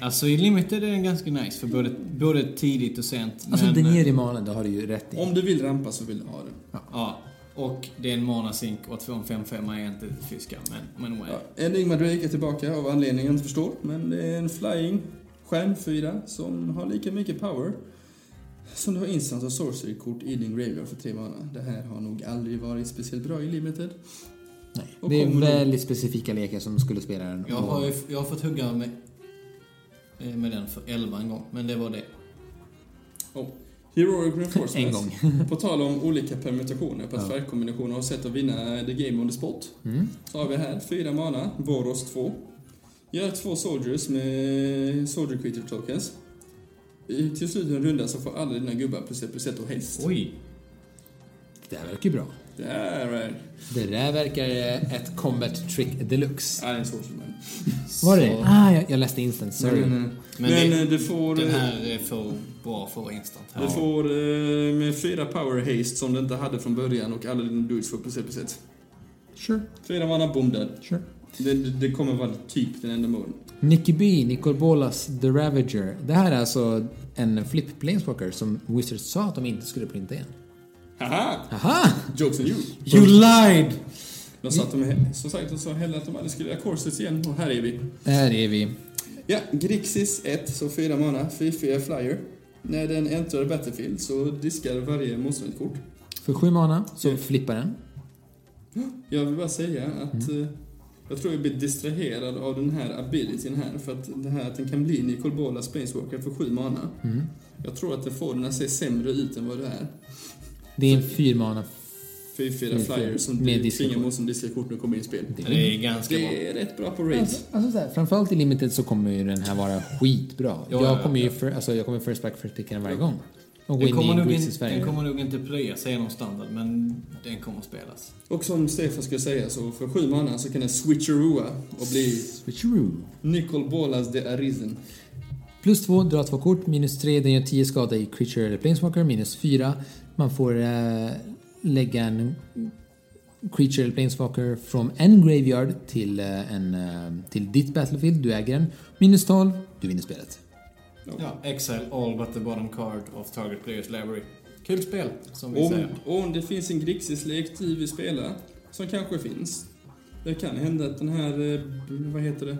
Speaker 3: Alltså i Limited är den ganska nice för både, både tidigt och sent.
Speaker 1: Alltså,
Speaker 3: men-
Speaker 1: den ger i manen, det har du ju rätt i.
Speaker 2: Om du vill rampa så vill du ha den.
Speaker 3: Ja, och det är en manasink och 255 är inte fiskar, men, men anyway.
Speaker 2: Ja, Enigma Drake är tillbaka av anledningen jag inte förstår. Men det är en flying stjärnfyra som har lika mycket power som du har instant och sorcery-kort i din graveyard för 3 mana. Det här har nog aldrig varit speciellt bra i limited.
Speaker 1: Nej.
Speaker 2: och
Speaker 1: Det är
Speaker 2: kommer du-
Speaker 1: väldigt specifika lekar som skulle spela den.
Speaker 3: Jag
Speaker 1: Och-
Speaker 3: har, ju, jag har fått hugga med, eh, med den för 11 en gång, men det var det.
Speaker 2: Heroic Reinforcements.
Speaker 1: En gång.
Speaker 2: På tal om olika permutationer på
Speaker 1: Ja.
Speaker 2: att färgkombinationer och sätt att vinna the game on the spot.
Speaker 1: Mm.
Speaker 2: Så har vi här fyra mana, Boros 2. Gör två soldiers med soldier creature tokens. I- Till slut en runda så får alla dina gubbar plus ett plus ett och häst.
Speaker 3: Oj!
Speaker 1: Det här verkar ju bra.
Speaker 2: Det här är...
Speaker 1: Det där verkar eh, ett combat trick deluxe.
Speaker 2: Ja, det är svårt för mig.
Speaker 1: Var det?
Speaker 3: Så-
Speaker 1: Ah, jag, jag läste instant, sorry.
Speaker 2: Men, eh,
Speaker 3: Men,
Speaker 2: men
Speaker 3: det,
Speaker 2: eh, du får...
Speaker 3: den
Speaker 2: eh,
Speaker 3: här är för bra för instant.
Speaker 2: Du får eh, med fyra power haste som du inte hade från början och alla dina dudes får plus ett plus ett.
Speaker 1: Sure,
Speaker 2: Fyra mana, boom dead.
Speaker 1: sure.
Speaker 2: Det, det, det kommer vara typ den enda målen.
Speaker 1: Nicky B, Nicol Bolas The Ravager. Det här är alltså en flip planeswalker som Wizards sa att de inte skulle printa igen.
Speaker 2: Haha!
Speaker 1: Aha!
Speaker 2: Jokes on you!
Speaker 1: You lied!
Speaker 2: De sa att de, som sagt, de sa hellre att de aldrig skulle göra corsets igen och här är vi.
Speaker 1: Där är vi.
Speaker 2: Ja, Grixis 1, så 4 mana, 4 flyer. När den entrar battlefield så diskar varje motståndare ett kort.
Speaker 1: För sju mana så
Speaker 2: Ja.
Speaker 1: flippar den.
Speaker 2: Jag vill bara säga att eh, jag tror jag blir distraherad av den här abilityn här för att det här att den kan bli Nicol Bolas Planeswalker för 7 mana.
Speaker 1: Mm.
Speaker 2: Jag tror att den får den att se sämre ut än vad det är.
Speaker 1: Det är en fyrmana.
Speaker 2: Fyra
Speaker 1: Mm,
Speaker 2: flyer som
Speaker 1: med diskar
Speaker 2: tvingar
Speaker 1: kort.
Speaker 2: motståndaren att diska kort när det kommer in i spel.
Speaker 3: Det är ganska bra.
Speaker 2: Det är rätt bra på raids.
Speaker 1: Alltså, alltså så här, framförallt i Limited så kommer ju den här vara skitbra.
Speaker 3: ja,
Speaker 1: jag
Speaker 3: ja,
Speaker 1: kommer ju
Speaker 3: ja.
Speaker 1: för, alltså, jag kommer first back first pickarna varje gång. Och gå
Speaker 3: Den
Speaker 1: in
Speaker 3: kommer,
Speaker 1: i
Speaker 3: nog
Speaker 1: Greases
Speaker 3: in, den
Speaker 1: färger.
Speaker 3: kommer nog inte plöja sig genom standard, men den kommer att spelas.
Speaker 2: Och som Stefan skulle säga så för 7 mana så kan den switcheroa och bli
Speaker 1: Switcheroo.
Speaker 2: Nicol Bolas de Arisen.
Speaker 1: Plus två, dra två kort. Minus tre, den gör 10 skada i creature eller planeswalker. Minus fyra, man får eh, lägga en creature eller planeswalker från en graveyard till, eh, en, eh, till ditt battlefield. Du äger den. Minus 12, du vinner spelet.
Speaker 3: Ja, Exile all but the bottom card of target players library. Kul spel, som vi
Speaker 2: Om,
Speaker 3: säger.
Speaker 2: om det finns en Grixis-lek du vill spela, som kanske finns. Det kan hända att den här, eh, vad heter det,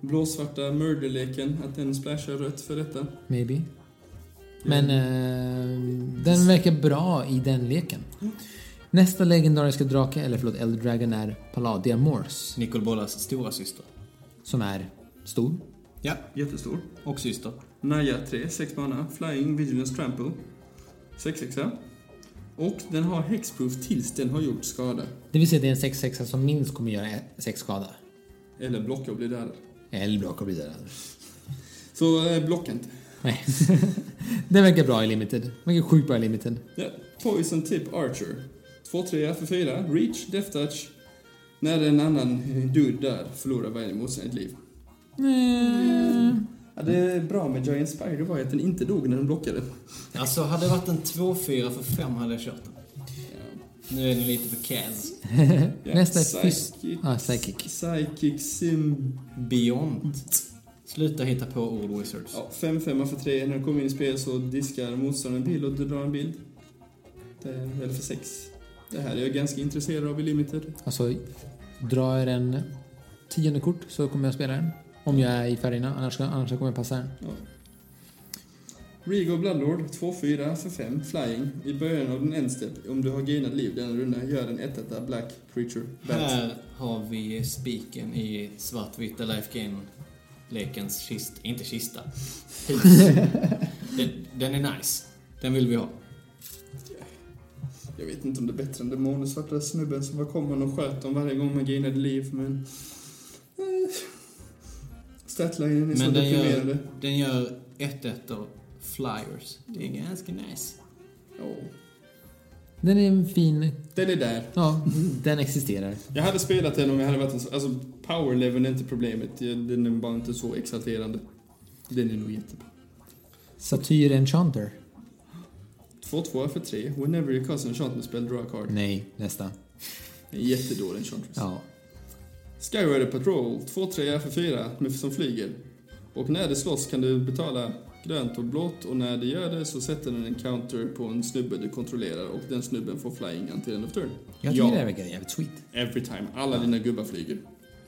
Speaker 2: blåsvarta murderleken, att den splashar rött för detta.
Speaker 1: Maybe. Men eh, den verkar bra i den leken. Nästa legendariska drake, eller förlåt, Elder Dragon är Palladia Morse.
Speaker 3: Nicol Bolas stora syster.
Speaker 1: Som är stor.
Speaker 3: Ja,
Speaker 2: Jättestor.
Speaker 3: och syster.
Speaker 2: Naya 3, 6 mana, Flying, Vigilance, Trample. 6 6 Och den har Hexproof tills den har gjort skada.
Speaker 1: Det vill säga att det är en 6-6 som minst kommer göra 6 skada.
Speaker 2: Eller blocka och bli dödad.
Speaker 1: Eller drake blir dödad.
Speaker 2: Så eh, blocka inte.
Speaker 1: Nej. den verkar bra i limited. Den verkar sjukt bra i limited.
Speaker 2: Ja, Poison Tip Archer. 2-3 för 4, Reach, Death Touch. När en annan dude dör förlorar varje motståndare ett liv.
Speaker 1: Mm.
Speaker 2: Ja, det bra med Giant Spider var ju att den inte dog när den blockade.
Speaker 3: Alltså, hade det varit en 2-4 för 5 hade jag kört den. Nu är den lite för Kaz.
Speaker 2: Ja,
Speaker 1: Nästa är
Speaker 2: psychic,
Speaker 1: Ah, psychic.
Speaker 2: psychic Sim...
Speaker 3: Beyond. Sluta hitta på ord, Wizards.
Speaker 2: Ja, 5-5 för 3. När den kommer in i spel så diskar motståndaren en bild och du drar en bild. Det, eller för 6. Det här är jag ganska intresserad av i Limited.
Speaker 1: Alltså, drar jag den tionde kort så kommer jag spela den. Om jag är i färgerna, annars, annars kommer jag passa den.
Speaker 2: Ja. Regal Bloodlord 2-4 för 5 Flying. I början av din endstep, om du har gainat liv denna runda, gör en 1 Black Preacher Bat.
Speaker 3: Här har vi spiken i svartvita Life Gain-lekens kista. Inte kista. Hus. den, den är nice. Den vill vi ha.
Speaker 2: Jag vet inte om det är bättre än den månesvarta snubben som var kommen och sköt dem varje gång man gainade liv, men... eh, Statlinen är så
Speaker 3: Men den
Speaker 2: deprimerande.
Speaker 3: gör, den gör 1-1 flyers. Det är ganska nice.
Speaker 2: Ja,
Speaker 1: Den är en fin...
Speaker 2: Den är där.
Speaker 1: Ja, den existerar.
Speaker 2: Jag hade spelat den om jag hade varit en så- Alltså, power level är inte problemet. Jag- Den är bara inte så exalterande. Den är nog jättebra.
Speaker 1: Satyr Enchanter.
Speaker 2: 2-2 för 3. Whenever you cast an enchantment spell, draw a card.
Speaker 1: Nej, nästa.
Speaker 2: En jättedålig enchantress.
Speaker 1: Ja.
Speaker 2: Skyward Patrol, 2-3 för 4, med, som flyger. Och när det slåss kan du betala grönt och blått och när det gör det så sätter den en counter på en snubbe du kontrollerar och den snubben får flying until end of turn.
Speaker 1: Jag tycker det här verkar jävligt sweet.
Speaker 2: Every time. Alla dina gubbar flyger.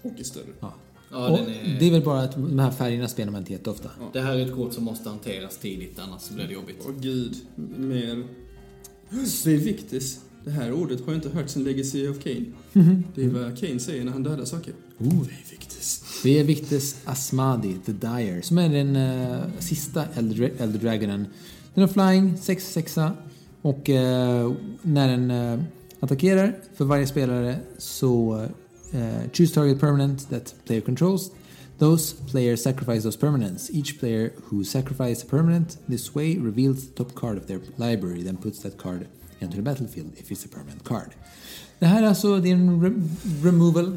Speaker 2: Och är större.
Speaker 1: Ja.
Speaker 3: Ja,
Speaker 1: och
Speaker 3: den är,
Speaker 1: Det är
Speaker 3: det...
Speaker 1: väl bara att de här färgerna spelar man inte jätteofta.
Speaker 3: här är ett kort som måste hanteras tidigt, annars blir det jobbigt.
Speaker 2: Åh gud, mer... Svevictis. Det här ordet har jag inte hört sedan Legacy of Kane.
Speaker 1: Mhm.
Speaker 2: Det är vad Kane säger när han dödar saker.
Speaker 1: Oh.
Speaker 2: Svevictis.
Speaker 1: Det är Victes Asmadi, The Dire, som är den eh, sista Elder, Elder Dragonen. Den har flying, 6-6 och eh, när den eh, attackerar för varje spelare så eh, choose target permanent that player controls. Those players sacrifice those permanents. Each player who sacrifices a permanent this way reveals the top card of their library then puts that card into the battlefield if it's a permanent card. Det här är alltså din re- removal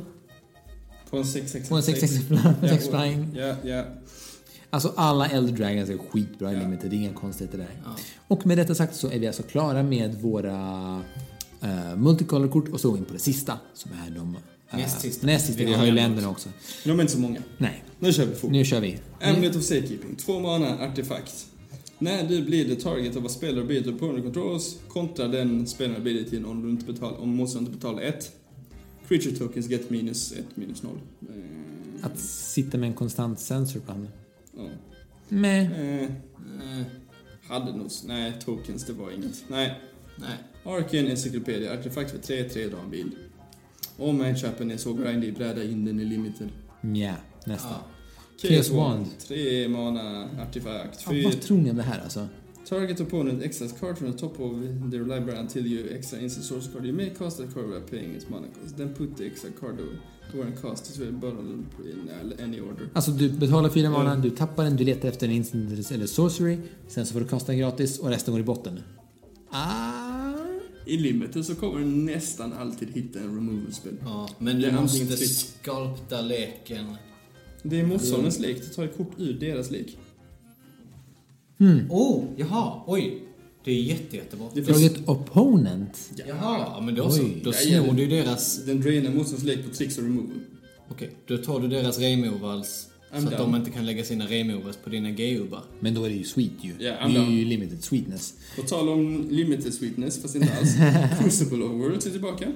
Speaker 2: På en 666.
Speaker 1: på en 6
Speaker 2: Ja, och-
Speaker 1: flying.
Speaker 2: Ja, ja.
Speaker 1: Alltså alla Elder Dragons är skitbra i
Speaker 2: Ja.
Speaker 1: Limited, det är inga konstigheter där.
Speaker 3: Ja.
Speaker 1: Och med detta sagt så är vi alltså klara med våra uh, multicolor-kort och så går vi in på det sista som är de eh,
Speaker 3: Näst sista.
Speaker 1: Näst sista,
Speaker 3: Vi
Speaker 1: vi
Speaker 3: har
Speaker 1: har ju
Speaker 3: lämnat.
Speaker 1: länderna också.
Speaker 2: De är inte så många.
Speaker 1: Nej,
Speaker 2: Nu kör vi fort.
Speaker 1: nu kör vi.
Speaker 2: Amulet of Safekeeping, två mana, artefakt. När du blir the target av att spelare byter på under controls, kontra den spelaren blir det till om du inte betalar, om motståndaren inte betalar 1. Creature tokens get minus 1, minus 0.
Speaker 1: Att sitta med en konstant sensor på handen.
Speaker 2: Ja.
Speaker 1: Meh.
Speaker 2: Eh,
Speaker 3: Eh,
Speaker 2: hade nog... Nej, tokens, det var inget. Nej.
Speaker 3: nej.
Speaker 2: Arken Encyclopedia, artefakt för 3, 3 dagar bild. Om matchupen är så grindig, bräda in den i limiten.
Speaker 1: Mja, nästa.
Speaker 3: Ja.
Speaker 1: Chaos Wand.
Speaker 2: 3 mana, artefakt.
Speaker 1: Ja, vad
Speaker 2: Fyra-
Speaker 1: tror ni om det här alltså?
Speaker 2: Target opponent exiles card from the top of their library until you exile instant source card. You may cast that card without paying its mana cost. Then put the exile card to and cast it to the bottom in any order.
Speaker 1: Alltså du betalar fyra
Speaker 2: Ja.
Speaker 1: mana, du tappar den, du letar efter en instant eller sorcery, sen så får du kasta den gratis och resten går i botten. Ah.
Speaker 2: I limiten så kommer du nästan alltid hitta en removal spell.
Speaker 3: Ja, men
Speaker 2: Det
Speaker 3: du
Speaker 2: är antingen
Speaker 3: måste
Speaker 2: fritt.
Speaker 3: skalpta leken.
Speaker 2: Det är motståndarens lek, du tar ett kort ur deras lek.
Speaker 3: Oh, jaha, oj. Det är jätte, jättebra.
Speaker 2: Det finns-
Speaker 1: Draget opponent.
Speaker 3: Jaha, men då så.
Speaker 1: Oj.
Speaker 3: Då
Speaker 2: Ja, ja,
Speaker 3: snor
Speaker 2: det-
Speaker 3: du deras...
Speaker 2: Den drainar motståndarens lek på tricks och removal.
Speaker 3: Okej, då tar du deras removals.
Speaker 2: I'm
Speaker 3: Så att de
Speaker 2: down.
Speaker 3: inte kan lägga sina removals på dina gubbar.
Speaker 1: Men då är det ju sweet ju.
Speaker 2: Ja, I'm
Speaker 1: det är
Speaker 2: down.
Speaker 1: ju limited sweetness.
Speaker 2: På tal om limited sweetness, fast inte alls. Crucible Overworld är tillbaka.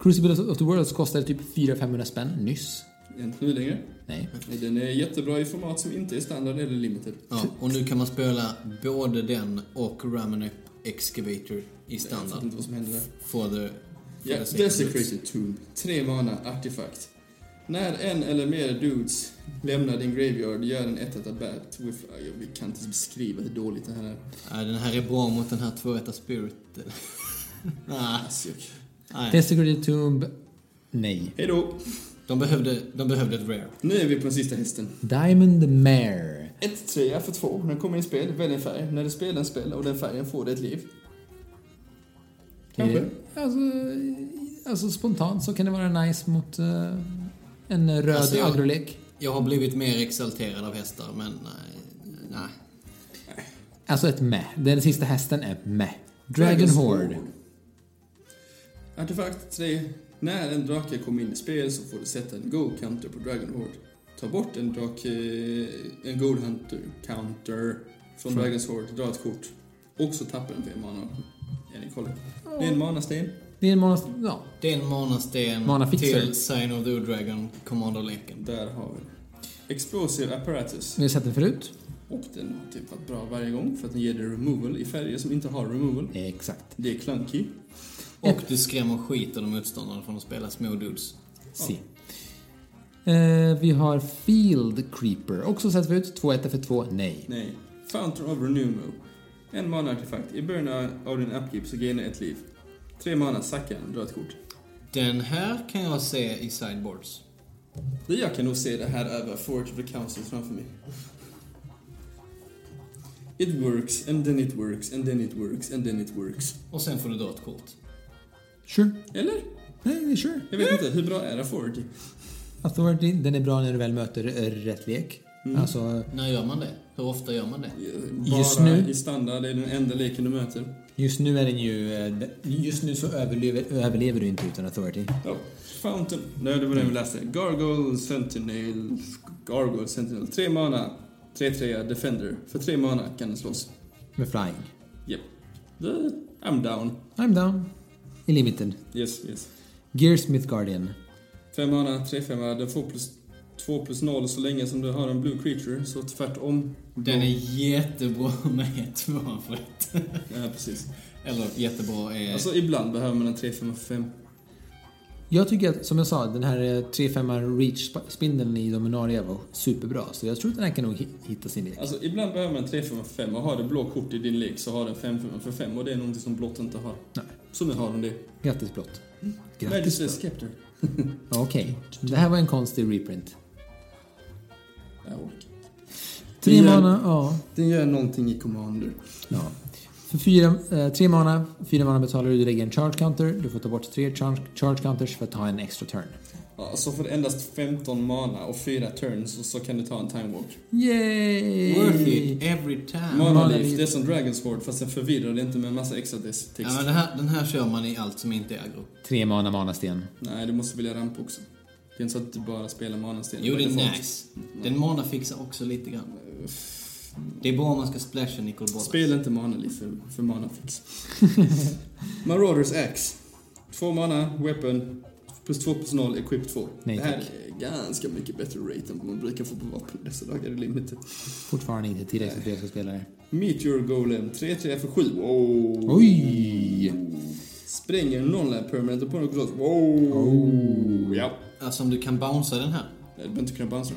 Speaker 1: Crucible of the Worlds kostade typ 400-500 spänn nyss.
Speaker 2: Inte nu längre.
Speaker 1: Nej.
Speaker 2: Den är jättebra i format som inte är standard eller limited.
Speaker 3: Ja, och nu kan man spela både den och Ramenup Excavator i
Speaker 2: Jag
Speaker 3: standard.
Speaker 2: fattar inte vad som händer där.
Speaker 3: For the...
Speaker 2: Ja,
Speaker 3: for the sake of it.
Speaker 2: Desecrated Tomb. Tre mana, artefakt. När en eller mer dudes lämnar din graveyard, gör en 1 bat with... ja, Vi kan inte beskriva hur dåligt det här är.
Speaker 3: Nej, den här är bra mot den här 2 spiriten. Nej,
Speaker 2: Alltså, jag-
Speaker 3: nej.
Speaker 1: Desecrated Tomb. Nej.
Speaker 2: Hej då!
Speaker 3: De behövde, de behövde ett rare.
Speaker 2: Nu är vi på den sista hästen.
Speaker 1: Diamond Mare.
Speaker 2: 1-3 för 2. Den kommer i spel, välj en färg. När du spelar en spel och den färgen får du ett liv. Kanske.
Speaker 1: Eh, Alltså, alltså spontant så kan det vara nice mot eh, en röd
Speaker 3: Alltså, jag-
Speaker 1: agrolek.
Speaker 3: Jag har blivit mer exalterad av hästar, men nej. nej.
Speaker 1: Alltså ett meh. Den sista hästen är meh. Dragon,
Speaker 2: Dragon's
Speaker 1: Horde.
Speaker 2: Artefakt 3. När en drake kommer in i spel så får du sätta en go counter på Dragon Horde. Ta bort en drake, en gold hunter counter från
Speaker 1: Från-
Speaker 2: Dragon's Horde, dra ett kort. Och så tappar den för en mana. Är ni kolla? Det är en manasten.
Speaker 1: Det är en mana... Ja.
Speaker 3: Det är en manasten
Speaker 1: Mana fixer.
Speaker 3: till Sign of the Dragon, Commander-leken.
Speaker 2: Där har vi den. Explosive apparatus.
Speaker 1: Vi har sett den förut.
Speaker 2: Och den har typ varit bra varje gång för att den ger dig removal i färger som inte har removal.
Speaker 1: Exakt.
Speaker 2: Det är clunky.
Speaker 3: Och du skrämmer skiten ur motståndarna från att spela små dudes.
Speaker 1: Si. Eh, vi har Field Creeper. Också sett förut. 2-1 för 2. Nej.
Speaker 2: Nej. Fountain of Renumo. En mana-artefakt. I början av din upkeep så gainer ett liv. Tre mana, sacka en, dra ett kort.
Speaker 3: Den här kan jag se i sideboards.
Speaker 2: Jag kan nog se det här över Forge of the Council framför mig. It works, and then it works, and then it works, and then it works.
Speaker 3: Och sen får du dra ett kort.
Speaker 1: Sure.
Speaker 2: Eller?
Speaker 1: Nej, sure.
Speaker 2: Jag vet inte, hur bra är Forge?
Speaker 1: Authority, den Alltså, är bra när du väl möter eh, rätt lek. Alltså,
Speaker 3: När gör man det? Hur ofta gör man det?
Speaker 2: Bara
Speaker 1: Just nu?
Speaker 2: i standard, det är den enda leken du möter.
Speaker 1: just nu är den ju... eh, Just nu så överlever, överlever du inte utan Authority.
Speaker 2: Ja, Fountain. Nej, det var den vi läste. Gargoyle Sentinel. Gargoyle Sentinel. Tre mana. 3-3 Defender. För tre mana kan den slås.
Speaker 1: Med Flying.
Speaker 2: Japp. Yep. I'm down.
Speaker 1: I'm down. I limited.
Speaker 2: Yes, yes.
Speaker 1: Gearsmith Guardian.
Speaker 2: Fem mana, tre femma. Den får plus 2 plus 0 så länge som du har en blue creature. Så tvärtom.
Speaker 3: Den är jättebra med tvåan för ett.
Speaker 2: Ja, precis.
Speaker 3: Eller jättebra är...
Speaker 2: Alltså ibland behöver man en 3 5 5
Speaker 1: Jag tycker att, som jag sa, den här eh, 3-5 reach-spindeln i Dominaria var superbra. Så jag tror att den här kan nog hi- hitta sin lek.
Speaker 2: Alltså ibland behöver man en 3 5 5 och har du blå kort i din lek så har den 5 5 för 5 och det är någonting som blått inte har.
Speaker 1: Nej.
Speaker 2: Så nu har de det.
Speaker 1: Grattis blått. Grattis
Speaker 2: Grattis,
Speaker 1: blått.
Speaker 2: Skeptor.
Speaker 1: Okej, det här var en konstig reprint.
Speaker 2: Jag orkar.
Speaker 1: Tre
Speaker 2: Igen.
Speaker 1: mana, ja.
Speaker 2: Den gör någonting i Commander.
Speaker 1: ja. För fyra, eh, tre mana, fyra mana betalar du, du lägger en charge counter. Du får ta bort tre charge, charge counters för att ta en extra turn.
Speaker 2: Ja, så för endast 15 mana och 4 turns och så kan du ta en time walk.
Speaker 1: Yay!
Speaker 3: Worth it every time.
Speaker 1: Ma-
Speaker 2: Mana
Speaker 1: Monolith.
Speaker 2: Leaf, det är som Dragon's Ward fast den förvirrar det inte med en massa extra text.
Speaker 3: Ja, men den, här, den här kör man i allt som inte är aggro.
Speaker 1: Tre mana, manasten.
Speaker 2: Nej, du måste vilja ramp också. Det är inte så att du bara spelar manasten.
Speaker 3: Jo, det är nice. Den mana fixar också lite grann. Det är bra om man ska splasha Nicol Bolas.
Speaker 2: Spela inte Mana Leaf för, för mana fix. Marauders Axe. Två mana, weapon, plus 2 plus 0, equip 2.
Speaker 1: Nej,
Speaker 2: det här
Speaker 1: tack.
Speaker 2: är ganska mycket bättre rate än vad man brukar få på vapen dessa dagar i limited.
Speaker 1: Fortfarande inte tillräckligt för att jag ska spela det.
Speaker 2: Meteor Golem, 3-3 för 7. Wow.
Speaker 1: Oj!
Speaker 2: Spränger non permanent och på något glas. Wow! Oh. Ja.
Speaker 3: Alltså om du kan bouncea den här.
Speaker 2: Nej, Du behöver inte kunna bounce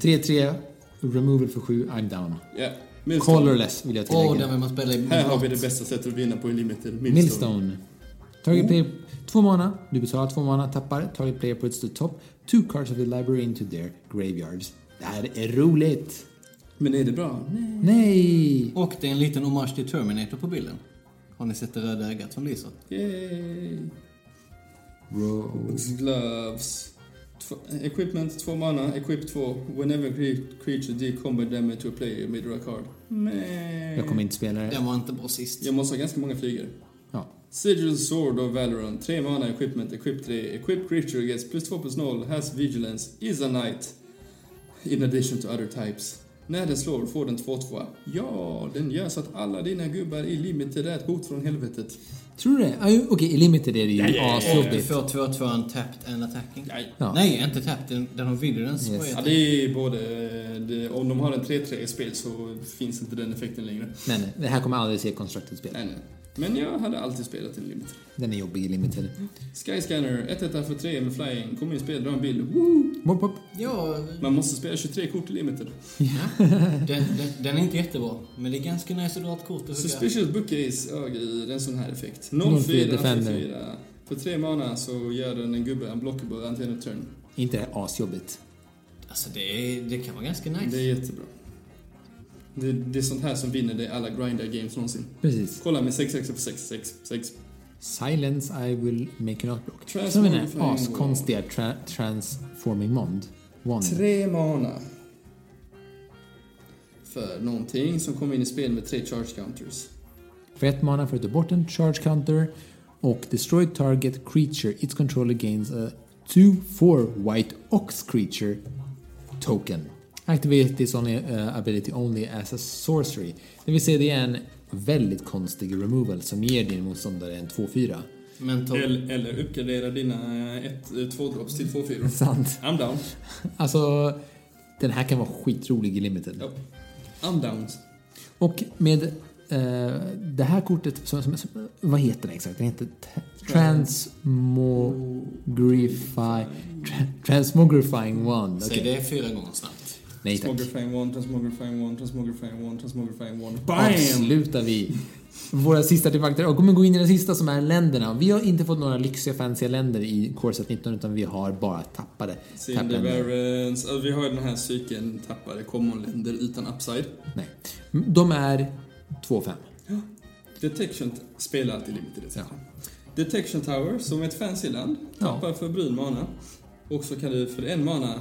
Speaker 2: den.
Speaker 1: 3-3, removal för 7, I'm down.
Speaker 2: Ja. Millstone.
Speaker 1: Colorless vill jag
Speaker 3: Åh,
Speaker 1: tillägga.
Speaker 3: den vill man spela i
Speaker 2: Här har vi det bästa sättet att vinna på i limited. Millstone.
Speaker 1: Millstone. Target player, två mana, du betalar två mana, tappar, target player puts the top two cards of the library into their graveyards. Det här är roligt!
Speaker 2: Men är det bra? Nej.
Speaker 1: Nej!
Speaker 3: Och det är en liten hommage till Terminator på bilden. Har ni sett det röda ögat som lyser?
Speaker 2: Yay.
Speaker 1: Bro.
Speaker 2: Gloves. Två, equipment 2 mana, equip 2. Whenever cre- creature deal combat damage to a player med draw card. Men...
Speaker 1: Jag kommer inte spela det.
Speaker 3: Den var inte bra sist.
Speaker 2: Jag måste ha ganska många flygare.
Speaker 1: Ja.
Speaker 2: Sigil Sword of Valorant, 3 mana equipment, equip 3, equip creature gets plus 2 plus 0, has vigilance, is a knight, in addition to other types. När den slår får den 2-2. Ja, den gör så att alla dina gubbar i limited är ett hot från helvetet.
Speaker 1: Tror du det? Ah, ju, Okej, i limited är det ju
Speaker 3: Och du
Speaker 1: asjobbigt.
Speaker 3: får 2-2 en tapped and attacking.
Speaker 2: Nej.
Speaker 1: Ja.
Speaker 3: Nej, inte tapped. Den, den har vigilance.
Speaker 1: Yes.
Speaker 3: Vad
Speaker 2: Ja,
Speaker 3: heter
Speaker 2: det är både... eh, Det, om de har en 3-3 i spel så finns inte den effekten längre.
Speaker 1: Men det här kommer jag aldrig se constructed spel.
Speaker 2: Nej, nej. Men jag hade alltid spelat en limited.
Speaker 1: Den är jobbig i limited.
Speaker 2: Skyscanner, 1-1 för 3 med flying, kom in i spel, dra en bild. Woo!
Speaker 1: Wop, wop.
Speaker 3: Ja,
Speaker 2: Man måste spela 23 kort i limited.
Speaker 3: den, den, den är inte jättebra. Men det är ganska nice att dra ett kort och hugga.
Speaker 2: Suspicious Bookcase öger en sån här effekt.
Speaker 1: 04
Speaker 2: 04,
Speaker 1: Defender.
Speaker 2: 44. För tre mana så gör den en gubbe unblockable until en turn.
Speaker 1: Inte det här asjobbigt.
Speaker 3: Alltså det, är, det kan vara ganska nice.
Speaker 2: Det är jättebra. Det, det är sånt här som vinner dig alla grinder games någonsin.
Speaker 1: Precis.
Speaker 2: Kolla med 6 6 på 6 6 6.
Speaker 1: Silence I will make an outblock. Som
Speaker 2: Transform
Speaker 1: den här
Speaker 2: from-
Speaker 1: askonstiga tra- transforming mond. Wand.
Speaker 2: Tre mana. För någonting som kommer in i spel med tre charge counters.
Speaker 1: För ett mana får du ta bort en charge counter och destroy target creature its controller gains a 2-4 white ox creature token. Activate this only uh, ability only as a sorcery. Det vill säga det är en väldigt konstig removal som ger din motståndare en 2-4.
Speaker 3: Men ta,
Speaker 2: Eller, eller uppgradera dina eh, 2 drops till 2 4
Speaker 1: Sant.
Speaker 2: I'm down.
Speaker 1: Alltså, den här kan vara skitrolig i limited.
Speaker 2: Ja. Undowns.
Speaker 1: Och med eh, det här kortet, som, som, som, vad heter det exakt? Det heter t- Transmogrify... Tra- transmogrifying Wand.
Speaker 3: Säg
Speaker 1: Okej.
Speaker 3: det fyra gånger snabbt.
Speaker 1: Nej tack.
Speaker 2: Transmogrifying one, transmogrifying one, transmogrifying one, transmogrifying one. BAM!
Speaker 1: Avslutar vi våra sista artefakter och kommer gå in i den sista som är länderna. Vi har inte fått några lyxiga fancy länder i Corset 19 utan vi har bara tappade. tappländer.
Speaker 2: Cinderbarons. Alltså, Vi har ju den här cykeln tappade commonländer utan upside.
Speaker 1: Nej. De är 2-5.
Speaker 2: Detection t- spelar alltid limited etc.
Speaker 1: Ja.
Speaker 2: Detection Tower, som är ett fancy land,
Speaker 1: Ja.
Speaker 2: tappar för brun mana. Och så kan du för en mana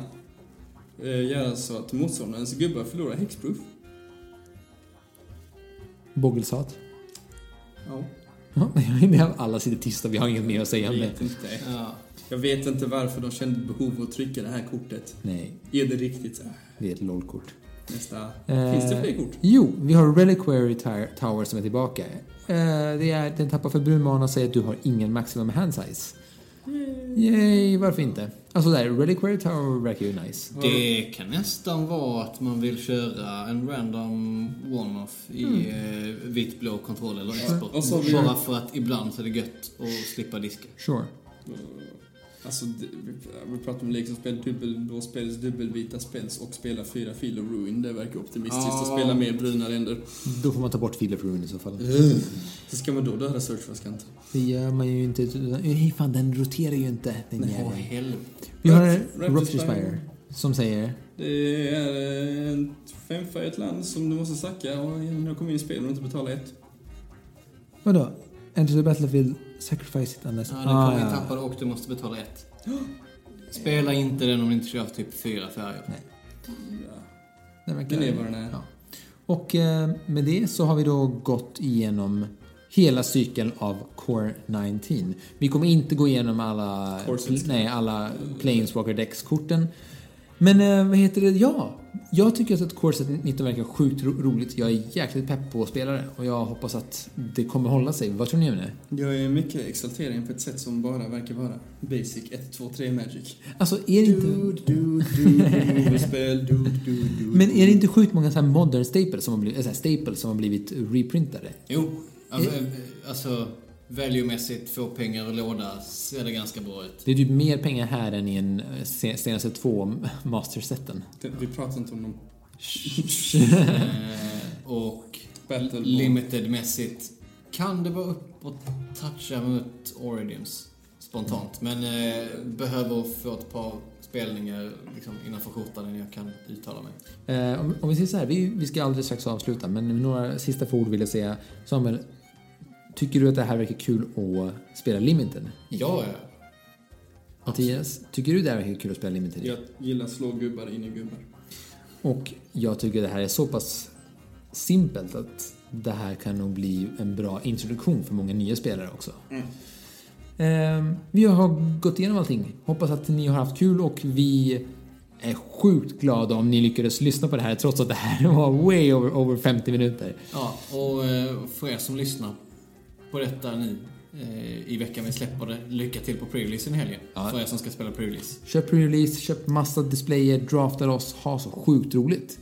Speaker 2: eh, göra så att motståndarens gubbar förlorar hexproof.
Speaker 1: Bogelsat.
Speaker 2: Ja.
Speaker 1: Ja, det är alla sitter tysta, vi har inget mer att säga
Speaker 2: Jag
Speaker 1: om det.
Speaker 2: vet inte.
Speaker 3: Ja.
Speaker 2: Jag vet inte varför de kände ett behov av att trycka det här kortet.
Speaker 1: Nej,
Speaker 2: Är det riktigt? Äh,
Speaker 1: det är ett LOL-kort.
Speaker 2: Nästa.
Speaker 1: Eh,
Speaker 2: Finns det fler kort?
Speaker 1: Jo, vi har Reliquary Tar- Tower som är tillbaka. Eh, det är, den tappar för brun mana och säger att du har ingen maximum hand size. Yay, varför inte? Alltså där, Reliquary Tower verkar ju nice.
Speaker 3: Det kan nästan vara att man vill köra en random one-off i eh, vit-blå kontroll eller export.
Speaker 2: Och så vill-
Speaker 3: Bara för att ibland så är det gött att slippa diska.
Speaker 1: Sure.
Speaker 2: Alltså, det- vi, vi pratar om liksom spel dubbel, blå spels, dubbelvita spels och spela fyra filer ruin. Det verkar optimistiskt att
Speaker 3: Ja.
Speaker 2: spela mer bruna länder.
Speaker 1: Då får man ta bort Filler Rune i så fall.
Speaker 2: Så ska man då döda Searchvaskant?
Speaker 1: Det gör man ju inte. utan- Nej, fan den roterar ju inte. Den
Speaker 3: Åh
Speaker 1: jäveln.
Speaker 3: helvete.
Speaker 1: Vi har
Speaker 2: Raptor- Raptor
Speaker 1: Raptor Spire
Speaker 2: Spire.
Speaker 1: som säger
Speaker 2: Det är en femfa i ett land som du måste sacka och när du kommer in i spel och inte betalar ett.
Speaker 1: Vadå? Enter the battlefield, sacrifice it unless...
Speaker 3: Ah,
Speaker 1: Ah,
Speaker 3: Ja, den kommer in tappad och du måste betala ett. Spela inte den om du inte kör typ fyra färger.
Speaker 2: Ja.
Speaker 1: Den verkar-
Speaker 2: Den är vad den är.
Speaker 1: Ja. Och eh, med det så har vi då gått igenom hela cykeln av Core 19. Vi kommer inte gå igenom alla,
Speaker 2: Core 16.
Speaker 1: nej, alla Planeswalker Dex-korten. Men eh, vad heter det? Ja, jag tycker att Core 19 verkar sjukt ro- roligt. Jag är jäkligt pepp på att spela det och jag hoppas att det kommer hålla sig. Vad tror ni om det?
Speaker 2: Jag är mycket exalterad på ett sätt som bara verkar vara basic 1, 2, 3 magic.
Speaker 1: Alltså, är det inte...
Speaker 2: Du, du, du, du, spel, du, du, du.
Speaker 1: Men är det inte sjukt många så här modern staples som har blivit, äh, så här staples som har blivit reprintade?
Speaker 3: Jo, alltså, alltså valuemässigt, få pengar och låda ser det ganska bra ut.
Speaker 1: Det är typ mer pengar här än i en eh, se- senaste två masterseten.
Speaker 2: Det- Vi pratar inte om någon
Speaker 3: Eh, och
Speaker 2: battle ball.
Speaker 3: limited-mässigt kan det vara upp och toucha mot Oridims spontant. Men eh, behöver få ett par spelningar liksom, innanför skjortan innan jag kan uttala mig.
Speaker 1: Eh, om, om vi säger så här, vi, vi ska alldeles strax avsluta, men några sista få ord vill jag säga. Samuel, tycker du att det här verkar kul att spela Limited?
Speaker 3: Ja, ja.
Speaker 1: Mattias, tycker du det här verkar kul att spela Limited?
Speaker 2: Jag gillar slå gubbar in i gubbar.
Speaker 1: Och jag tycker det här är så pass simpelt att det här kan nog bli en bra introduktion för många nya spelare också. Ehm, Vi har gått igenom allting. Hoppas att ni har haft kul och vi är sjukt glada om ni lyckades lyssna på det här trots att det här var way over, over 50 minuter.
Speaker 3: ja och eh, för er som lyssnar på detta nu eh, i veckan vi släpper det, lycka till på pre-releasen i helgen.
Speaker 1: Ja.
Speaker 3: För er som ska spela pre-release.
Speaker 1: Köp pre-release, köp massa displayer, draftar oss, ha så sjukt roligt.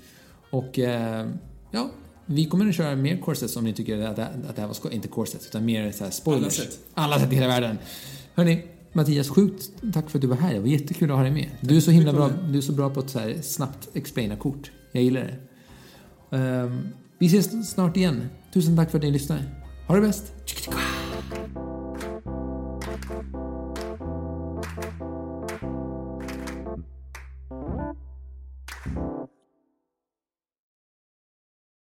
Speaker 1: Och eh, ja, vi kommer att köra mer corsets om ni tycker att det, att det här var skoj. Inte corsets, utan mer så här spoilers.
Speaker 2: Alla sätt.
Speaker 1: Alla sätt i hela världen. Hörni, Mattias, sjukt tack för att du var här. Det var jättekul att ha dig med. Du är så himla bra, du är så bra på att så här snabbt explaina kort. Jag gillar det. Ehm, vi ses snart igen. Tusen tack för att ni lyssnade. Ha det bäst!